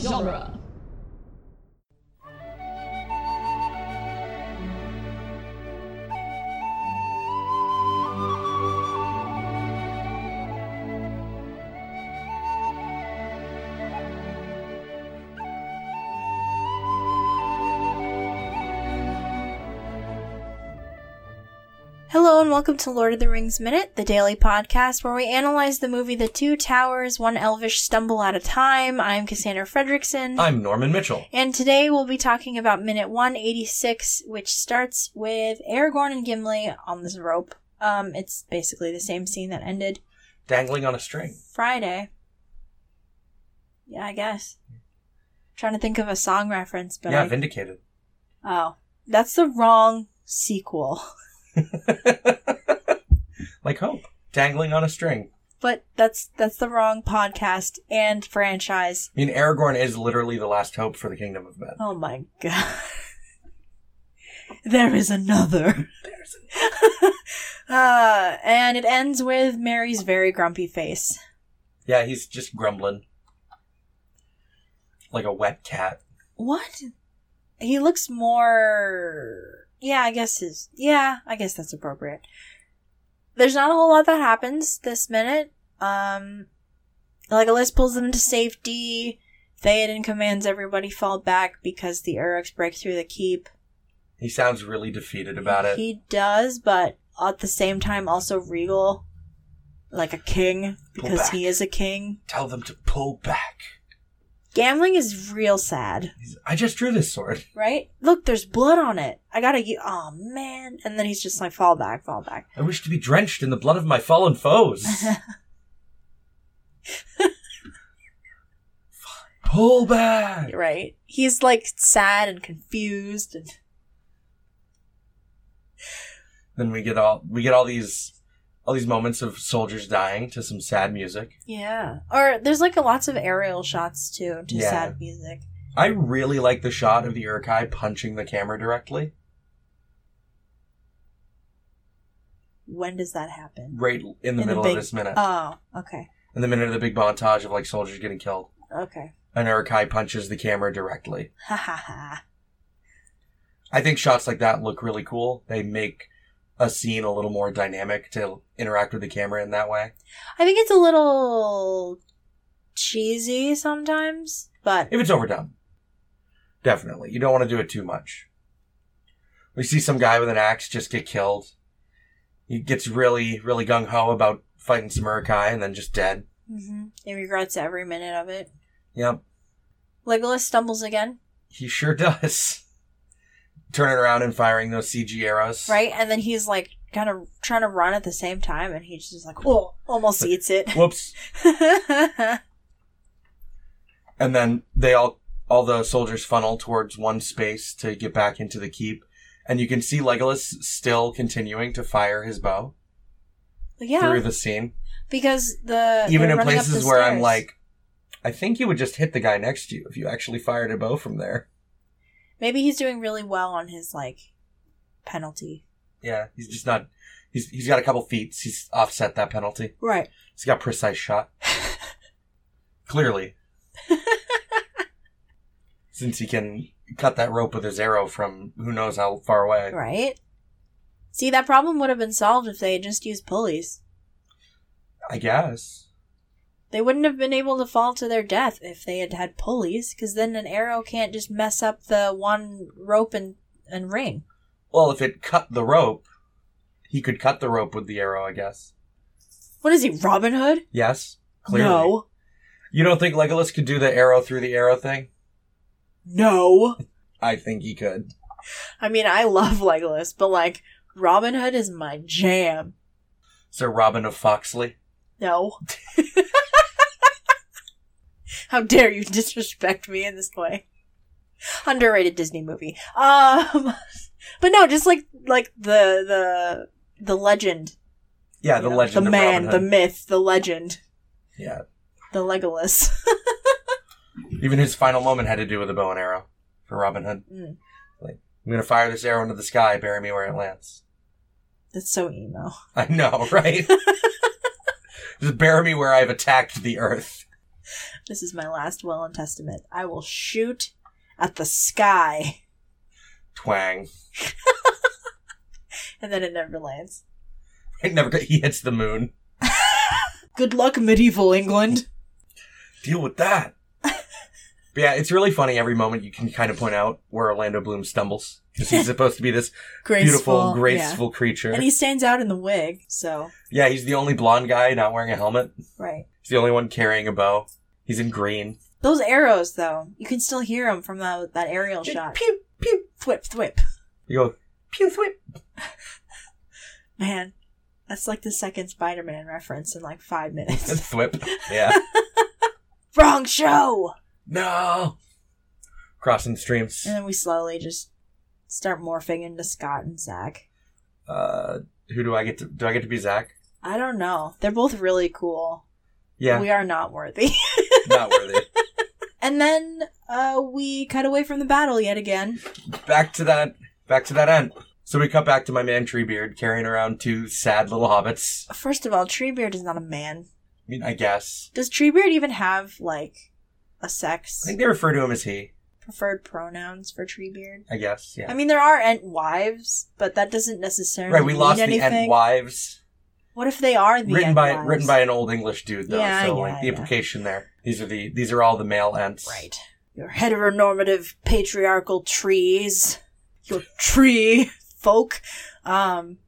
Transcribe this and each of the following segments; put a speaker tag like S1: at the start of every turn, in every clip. S1: genre.
S2: Hello and welcome to Lord of the Rings Minute, the daily podcast where we analyze the movie The Two Towers, one elvish stumble at a time. I'm Cassandra Fredrickson.
S3: I'm Norman Mitchell.
S2: and today we'll be talking about minute 186, which starts with Aragorn and Gimli on this rope. Um, it's basically the same scene that ended
S3: Dangling on a string.
S2: Friday. Yeah, I guess. trying to think of a song reference, but
S3: yeah,
S2: I-
S3: vindicated.
S2: oh, that's the wrong sequel.
S3: like hope. Dangling on a string.
S2: But that's that's the wrong podcast and franchise.
S3: I mean, Aragorn is literally the last hope for the kingdom of men.
S2: Oh my god. There is another. There's uh, and it ends with Mary's very grumpy face.
S3: Yeah, he's just grumbling. Like a wet cat.
S2: What? He looks more. Yeah, I guess his. Yeah, I guess that's appropriate. There's not a whole lot that happens this minute. Um, like Alyssa pulls them to safety. Theoden commands everybody fall back because the Uruks break through the keep.
S3: He sounds really defeated about it.
S2: He does, but at the same time, also regal, like a king,
S3: Pull
S2: because he
S3: back.
S2: is a king.
S3: Tell them to pull back.
S2: Gambling is real sad,
S3: He's, I just drew this sword.
S2: right? Look, there's blood on it. I gotta. u- Aw, oh man! And then he's just like, fall back, fall back.
S3: I wish to be drenched in the blood of my fallen foes. pull back.
S2: Right? He's like sad and confused. And
S3: Then we get all we get all these all these moments of soldiers dying to some sad music.
S2: yeah, or there's like lots of aerial shots too to
S3: Yeah.
S2: sad music.
S3: I really like the shot of the Urukai punching the camera directly,
S2: When does that happen?
S3: right in the
S2: In the
S3: middle
S2: big-
S3: of this minute.
S2: Oh, okay,
S3: in the minute of the big montage of like soldiers getting killed,
S2: okay.
S3: an Urukai punches the camera directly.
S2: Ha ha ha.
S3: I think shots like that look really cool. They make a scene a little more dynamic to interact with the camera in that way.
S2: I think it's a little cheesy sometimes, but
S3: If it's overdone, definitely. You don't want to do it too much. We see some guy with an axe just get killed. He gets really, really gung ho about fighting some Urukai and then just dead.
S2: hmm He regrets every minute of it.
S3: Yep.
S2: Legolas stumbles again,
S3: He sure does. Turning around and firing those CG arrows.
S2: right? And then he's like kind of trying to run at the same time, and he's just like, oh, almost eats it.
S3: Whoops. And then they all, all the soldiers funnel towards one space to get back into the keep. And you can see Legolas still continuing to fire his bow
S2: yeah,
S3: through the scene.
S2: because the
S3: Even
S2: they're
S3: in
S2: running up
S3: places
S2: the
S3: where I'm
S2: stairs.
S3: like, I think you would just hit the guy next to you if you actually fired a bow from there.
S2: maybe he's doing really well on his like penalty,
S3: Yeah, he's just not. He's, he's got a couple feats. He's offset that penalty.
S2: right?
S3: He's got precise shot. Clearly. Since he can cut that rope with his arrow from who knows how far away.
S2: Right. See, that problem would have been solved if they had just used pulleys.
S3: I guess.
S2: They wouldn't have been able to fall to their death if they had had pulleys, because then an arrow can't just mess up the one rope and, and ring.
S3: Well, if it cut the rope, he could cut the rope with the arrow, I guess.
S2: What is he, Robin Hood?
S3: Yes? Clearly.
S2: No.
S3: You don't think Legolas could do the arrow through the arrow thing?
S2: No.
S3: I think he could.
S2: I mean, I love Legolas, but like, Robin Hood is my jam.
S3: Sir Robin of Foxley.
S2: No. How dare you disrespect me in this way? Underrated Disney movie. Um, but no, just like like the the the legend,
S3: Yeah, the
S2: you know,
S3: legend
S2: the
S3: of
S2: man, the
S3: Robin Hood.
S2: myth, the legend.
S3: yeah.
S2: the Legolas.
S3: Even his final moment had to do with a bow and arrow for Robin Hood.
S2: Mm.
S3: Like, I'm going to fire this arrow into the sky, bury me where it lands.
S2: That's so emo.
S3: I know, right? Just bury me where I've attacked the earth.
S2: This is my last will and testament. I will shoot at the sky,
S3: Twang.
S2: and then it never lands.
S3: It never he hits the moon.
S2: Good luck, medieval England.
S3: Deal with that. but yeah, it's really funny every moment you can kind of point out where Orlando Bloom stumbles. Because he's supposed to be this beautiful, graceful creature.
S2: Yeah. And he stands out in the wig, so
S3: yeah, he's the only blonde guy not wearing a helmet.
S2: right.
S3: He's the only one carrying a bow. He's in green.
S2: Those arrows, though, you can still hear them from the, that aerial shot.
S3: Pew, pew.
S2: Thwip, thwip.
S3: You go, pew, thwip.
S2: Man, that's like the second Spider Man reference in like five minutes.
S3: thwip. Yeah.
S2: Wrong show!
S3: no! Crossing streams.
S2: And then we slowly just start morphing into Scott and Zach.
S3: Uh, who do I get to, do I get to be Zach?
S2: I don't know. They're both really cool.
S3: Yeah,
S2: We are not worthy.
S3: not worthy.
S2: and then uh, we cut away from the battle yet again.
S3: Back to that, back to that end. So we cut back to my man Treebeard carrying around two sad little hobbits.
S2: First of all, Treebeard is not a man.
S3: I mean, I guess.
S2: Does Treebeard even have, like, a
S3: I
S2: sex?
S3: think they refer to him as he,
S2: preferred pronouns for Treebeard.
S3: I guess, yeah.
S2: I mean, there are ent wives, but that doesn't necessarily
S3: right, we
S2: mean
S3: lost the
S2: anything.
S3: Ent Wives.
S2: what if they are the
S3: written by
S2: Entwives?
S3: written by an old English dude though.
S2: Yeah,
S3: so
S2: yeah,
S3: like the
S2: yeah.
S3: implication there. These are the these are all the male ents.
S2: right your heteronormative patriarchal trees, your tree folk. Um,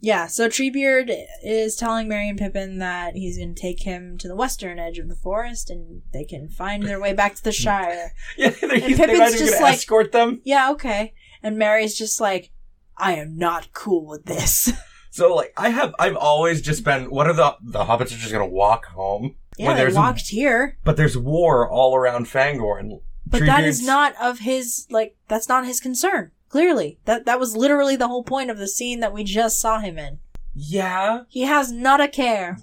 S2: yeah. So Treebeard is telling Merry and Pippin that he's going to take him to the western edge of the forest, and they can find their way back to the Shire.
S3: Yeah, they're,
S2: And
S3: he's, they're
S2: Pippin's
S3: not even
S2: just
S3: gonna
S2: like-
S3: escort them.
S2: yeah, okay. And Mary's just like, I am not cool with this.
S3: So like I have I've always just been what are the the hobbits are just gonna walk home.
S2: yeah,
S3: When
S2: they
S3: there's a-
S2: walked here.
S3: But there's war all around Fangor and
S2: But that
S3: Treebeard's-
S2: is not of his like that's not his concern. Clearly. That that was literally the whole point of the scene that we just saw him in.
S3: Yeah.
S2: He has not a care.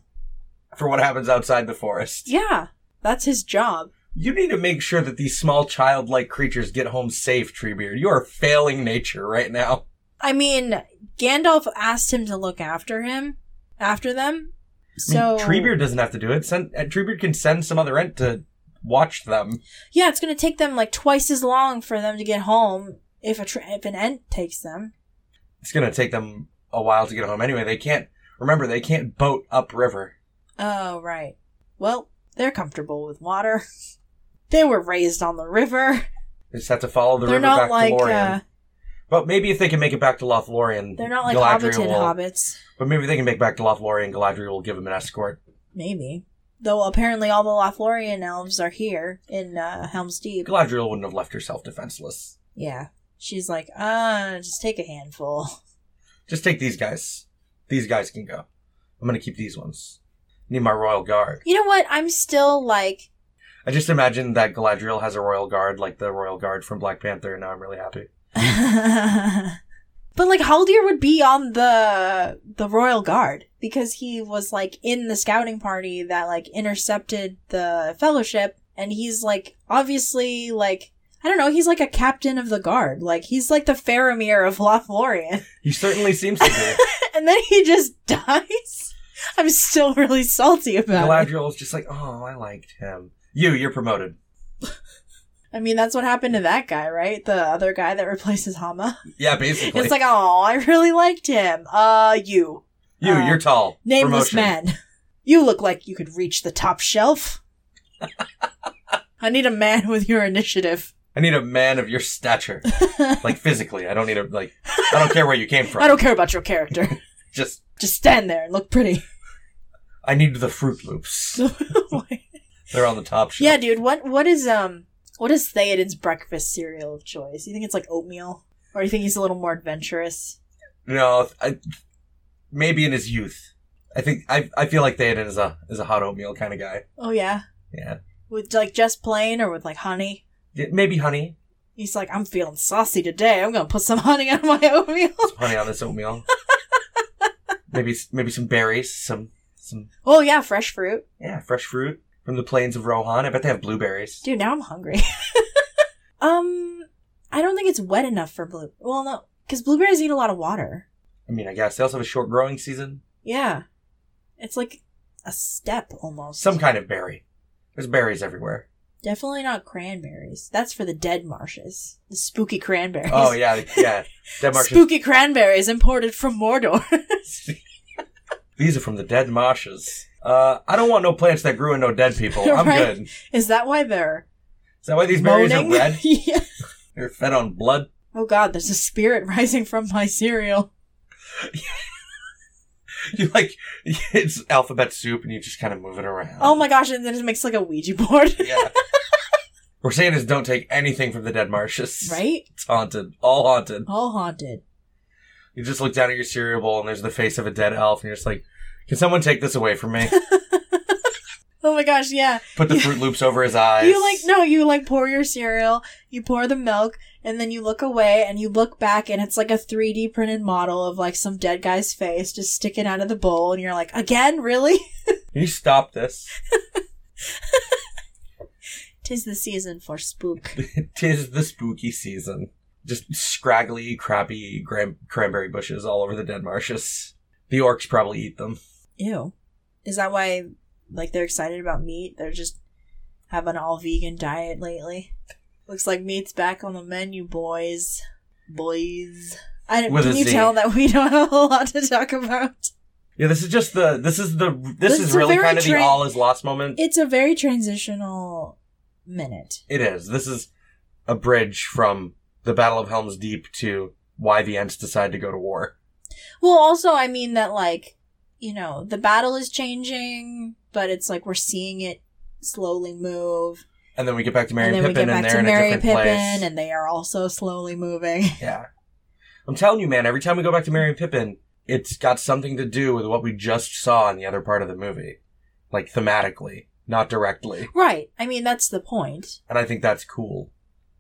S3: For what happens outside the forest.
S2: Yeah. That's his job.
S3: You need to make sure that these small childlike creatures get home safe, Treebeard. You are failing nature right now.
S2: I mean, Gandalf asked him to look after him after them. So
S3: I mean, Treebeard doesn't have to do it. Send, uh, Treebeard can send some other ent to watch them.
S2: Yeah, it's going to take them like twice as long for them to get home if a tr if an ent takes them.
S3: it's going to take them a while to get home anyway. They can't remember they can't boat upriver.
S2: Oh, right. Well, they're comfortable with water. they were raised on the river.
S3: They just have to follow the
S2: they're
S3: river
S2: not
S3: back
S2: like
S3: to Lorien.
S2: uh,
S3: but maybe if they can make it back to Lothlorien,
S2: They're not like
S3: Galadriel
S2: hobbited
S3: will-
S2: hobbits.
S3: But maybe they can make back to Lothlorien. Galadriel will give them an escort.
S2: Maybe. Though apparently all the Lothlorien elves are here in uh, Helm's Deep.
S3: Galadriel wouldn't have left herself defenseless.
S2: Yeah. She's like, uh, just take a handful.
S3: Just take these guys. These guys can go. I'm going to keep these ones. Need my royal guard.
S2: You know what? I'm still like,
S3: I just imagine that Galadriel has a royal guard like the royal guard from Black Panther, and now I'm really happy.
S2: but like Haldir would be on the the royal guard because he was like in the scouting party that like intercepted the fellowship, and he's like obviously like. I don't know. He's like a captain of the guard. Like he's like the Faramir of Lothlorien.
S3: He certainly seems to be.
S2: and then he just dies. I'm still really salty about it.
S3: Galadriel's just like, oh, I liked him. You, you're promoted.
S2: I mean, that's what happened to that guy, right? The other guy that replaces Hama.
S3: Yeah, basically.
S2: It's like, oh, I really liked him. Uh, you.
S3: you,
S2: uh,
S3: you're tall.
S2: Nameless
S3: Promotion.
S2: man. You look like you could reach the top shelf. I need a man with your initiative.
S3: I need a man of your stature. like physically. I don't need a like I don't care where you came from.
S2: I don't care about your character.
S3: just
S2: Just stand there and look pretty.
S3: I need the fruit loops. They're on the top shelf.
S2: yeah, dude. What what is um what is Theoden's breakfast cereal of choice? You think it's like oatmeal, or you think he's a little more adventurous?
S3: No, I, maybe in his youth. I think I I feel like Theoden is a is a hot oatmeal kind of guy.
S2: Oh yeah,
S3: Yeah.
S2: with like just plain or with like honey.
S3: Yeah, Maybe honey.
S2: He's like, I'm feeling saucy today. I'm gonna put some honey on my oatmeal.
S3: Some honey on this oatmeal. maybe s- maybe some berries, some some
S2: Oh yeah, fresh fruit,
S3: yeah, fresh fruit from the plains of Rohan. I bet they have blueberries.
S2: dude. Now I'm hungry. um, I don't think it's wet enough for blue. Well, no, because blueberries need a lot of water.
S3: I mean, I guess they also have a short growing season.
S2: Yeah, it's like a step almost.
S3: Some kind of berry. There's berries everywhere.
S2: Definitely not cranberries. That's for the dead marshes. The spooky cranberries.
S3: Oh yeah, yeah. Dead marshes.
S2: Spooky cranberries imported from Mordor.
S3: These are from the dead marshes. Uh, I don't want no plants that grew in no dead people. I'm
S2: Right.
S3: good. Is
S2: Is that why they're
S3: that why these berries
S2: moaning?
S3: are red?
S2: yeah.
S3: They're fed on blood.
S2: Oh god, there's a spirit rising from my cereal.
S3: You like it's alphabet soup, and you just kind of move it around.
S2: Oh my gosh, and then it makes like a Ouija board.
S3: Yeah. We're saying is don't take anything from the dead marshes.
S2: right?
S3: It's haunted. All haunted.
S2: All haunted.
S3: You just look down at your cereal bowl and there's the face of a dead elf and you're just like, can someone take this away from me?
S2: Oh my gosh, yeah.
S3: Put the Fruit Loops over his eyes.
S2: You like no, you like pour your cereal, you pour the milk, and then you look away and you look back and it's like a 3D printed model of like some dead guy's face just sticking out of the bowl and you're like, "Again, really?
S3: Can you stop this?
S2: Tis the season for spook."
S3: Tis the spooky season. Just scraggly, crappy gram- cranberry bushes all over the dead marshes. The orcs probably eat them.
S2: Ew. Is that why like they're excited about meat? They're just have an all vegan diet lately. Looks like meat's back on the menu, boys. Boys. I don't,
S3: With
S2: can
S3: a
S2: you
S3: Z.
S2: tell that we don't have a lot to talk about?
S3: Yeah, this is just the this is the this,
S2: This
S3: is
S2: is a
S3: really
S2: very
S3: kind of the
S2: tra-
S3: all is lost moment.
S2: It's a very transitional minute.
S3: it is. This is a bridge from the Battle of Helm's Deep to why the Ents decide to go to war.
S2: Well, also, I mean that, like, you know, the battle is changing, but it's like we're seeing it slowly move.
S3: And then we get back to Mary
S2: and
S3: and
S2: then
S3: Pippin
S2: we get
S3: and
S2: back
S3: they're
S2: to
S3: in a
S2: Mary
S3: different
S2: Pippin,
S3: place.
S2: and they are also slowly moving.
S3: Yeah. I'm telling you, man, every time we go back to Mary and Pippin, it's got something to do with what we just saw in the other part of the movie. Like thematically, not directly.
S2: right. I mean, that's the point.
S3: And I think that's cool.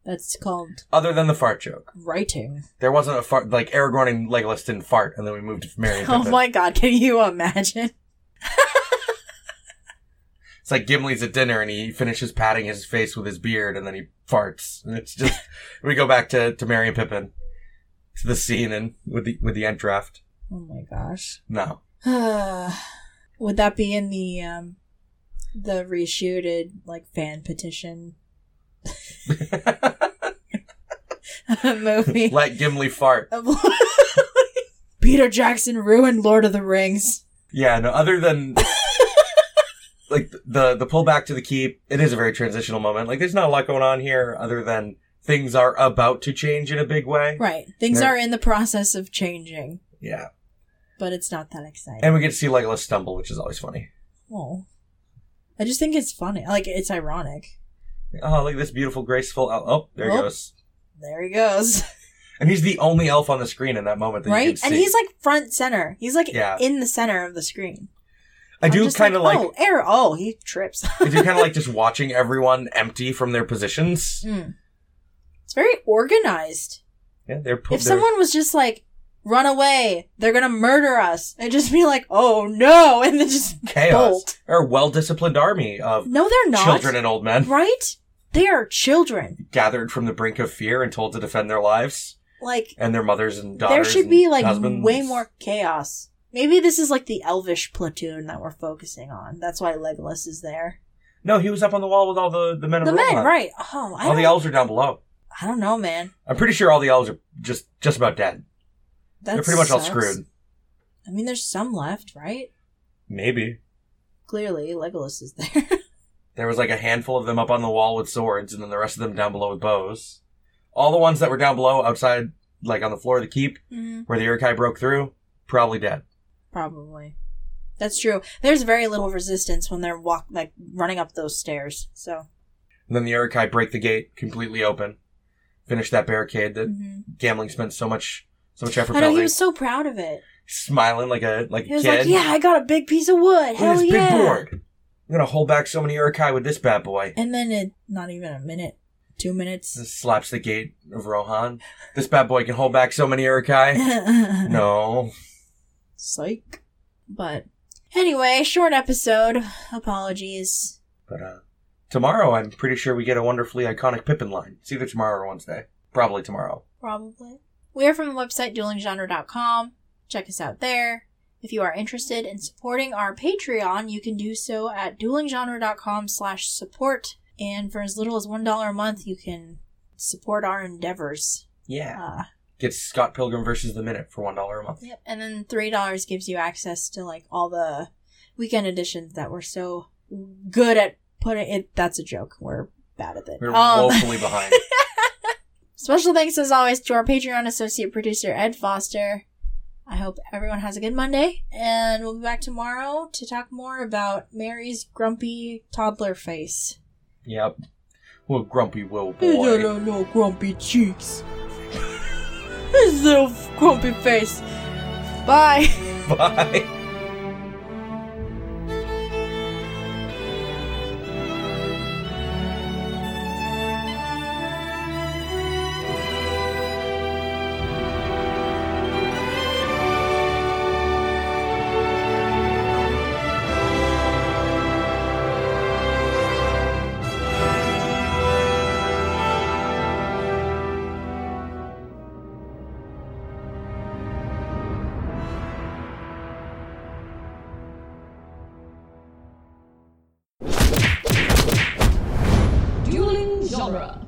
S2: That's called
S3: Other than the fart joke.
S2: writing.
S3: There wasn't a fart, like Aragorn and Legolas didn't fart, and then we moved to Mary and
S2: Oh
S3: Pippin.
S2: my god, can you imagine?
S3: It's like Gimli's at dinner and he finishes patting his face with his beard and then he farts. And it's just, we go back to, to Mary and Pippin. To the scene and with the, with the end draft.
S2: Oh my gosh.
S3: No.
S2: Would that be in the um the reshooted like fan petition movie?
S3: Let Gimli fart.
S2: of- Peter Jackson ruined Lord of the Rings.
S3: Yeah, no, other than like the the pullback to the keep, it is a very transitional moment. Like there's not a lot going on here other than things are about to change in a big way.
S2: Right. Things
S3: Right.
S2: are in the process of changing,
S3: Yeah.
S2: but it's not that exciting.
S3: And we get to see Legolas stumble, which is always funny.
S2: oh. I just think it's funny. Like it's ironic.
S3: Oh, look at this beautiful, graceful elf. Oh, there he
S2: Oh.
S3: goes.
S2: There he goes.
S3: And he's the only elf on the screen in that moment that you
S2: right?
S3: can
S2: And
S3: see.
S2: he's like front center. He's like
S3: Yeah.
S2: in the center of the screen.
S3: I do kind of like,
S2: oh, air. Oh, he trips.
S3: I do kind of like just watching everyone empty from their positions.
S2: Mm. It's very organized.
S3: Yeah, they're pu-
S2: If
S3: they're-
S2: someone was just like, run away, they're gonna murder us, I'd just be like, oh no, and then just
S3: chaos
S2: bolt.
S3: or a well-disciplined army of
S2: no, they're not.
S3: children and old men
S2: right? They are children.
S3: gathered from the brink of fear and told to defend their lives.
S2: Like
S3: and their mothers and daughters.
S2: there should
S3: and
S2: be like
S3: husbands.
S2: way more chaos. Maybe this is like the elvish platoon that we're focusing on. That's why Legolas is there.
S3: No, he was up on the wall with all the the men.
S2: The
S3: of
S2: men,
S3: Rohan.
S2: right? Oh, I
S3: All
S2: don't,
S3: the elves are down below.
S2: I don't know, man.
S3: I'm pretty sure all the elves are just just about dead.
S2: That
S3: They're pretty much all
S2: sucks.
S3: screwed.
S2: I mean, there's some left, right?
S3: Maybe
S2: Clearly, Legolas is there.
S3: there was like a handful of them up on the wall with swords, and then the rest of them down below with bows. All the ones that were down below, outside, like on the floor of the keep,
S2: mm,
S3: where the Urukai broke through, probably dead.
S2: probably. That's true. There's very little resistance when they're walk like running up those stairs. So
S3: And then the Urukai break the gate completely open, finish that barricade that
S2: Mhm.
S3: Gambling spent so much so much effort
S2: I know
S3: building,
S2: he was so proud of it.
S3: smiling like a like a
S2: He was
S3: kid.
S2: like, "Yeah, I got a big piece of wood.
S3: Look at
S2: Hell
S3: this
S2: yeah!"
S3: big board. I'm gonna hold back so many Urukai with this bad boy.
S2: And then it not even a minute, two minutes.
S3: This slaps the gate of Rohan. This bad boy can hold back so many Urukai.
S2: no,
S3: No.
S2: psych. But anyway, short episode. Apologies.
S3: But uh tomorrow I'm pretty sure we get a wonderfully iconic Pippin line. It's either tomorrow or Wednesday. Probably tomorrow.
S2: Probably. We are from the website duelinggenre.com. Check us out there. If you are interested in supporting our Patreon, you can do so at duelinggenre.com slash support. And for as little as $1 a month, you can support our endeavors.
S3: Yeah.
S2: Uh,
S3: Get Scott Pilgrim versus the Minute for one dollar a month.
S2: yep. And then $3 gives you access to like all the weekend editions that we're so good at putting it. That's a joke. We're bad at it.
S3: We're
S2: Um,
S3: woefully behind.
S2: Special thanks as always to our Patreon associate producer, Ed Foster. I hope everyone has a good Monday, and we'll be back tomorrow to talk more about Mary's grumpy toddler face.
S3: Yep. Well, grumpy will boy.
S2: no grumpy cheeks. His little grumpy face. Bye.
S3: Bye.
S1: Dueling genre.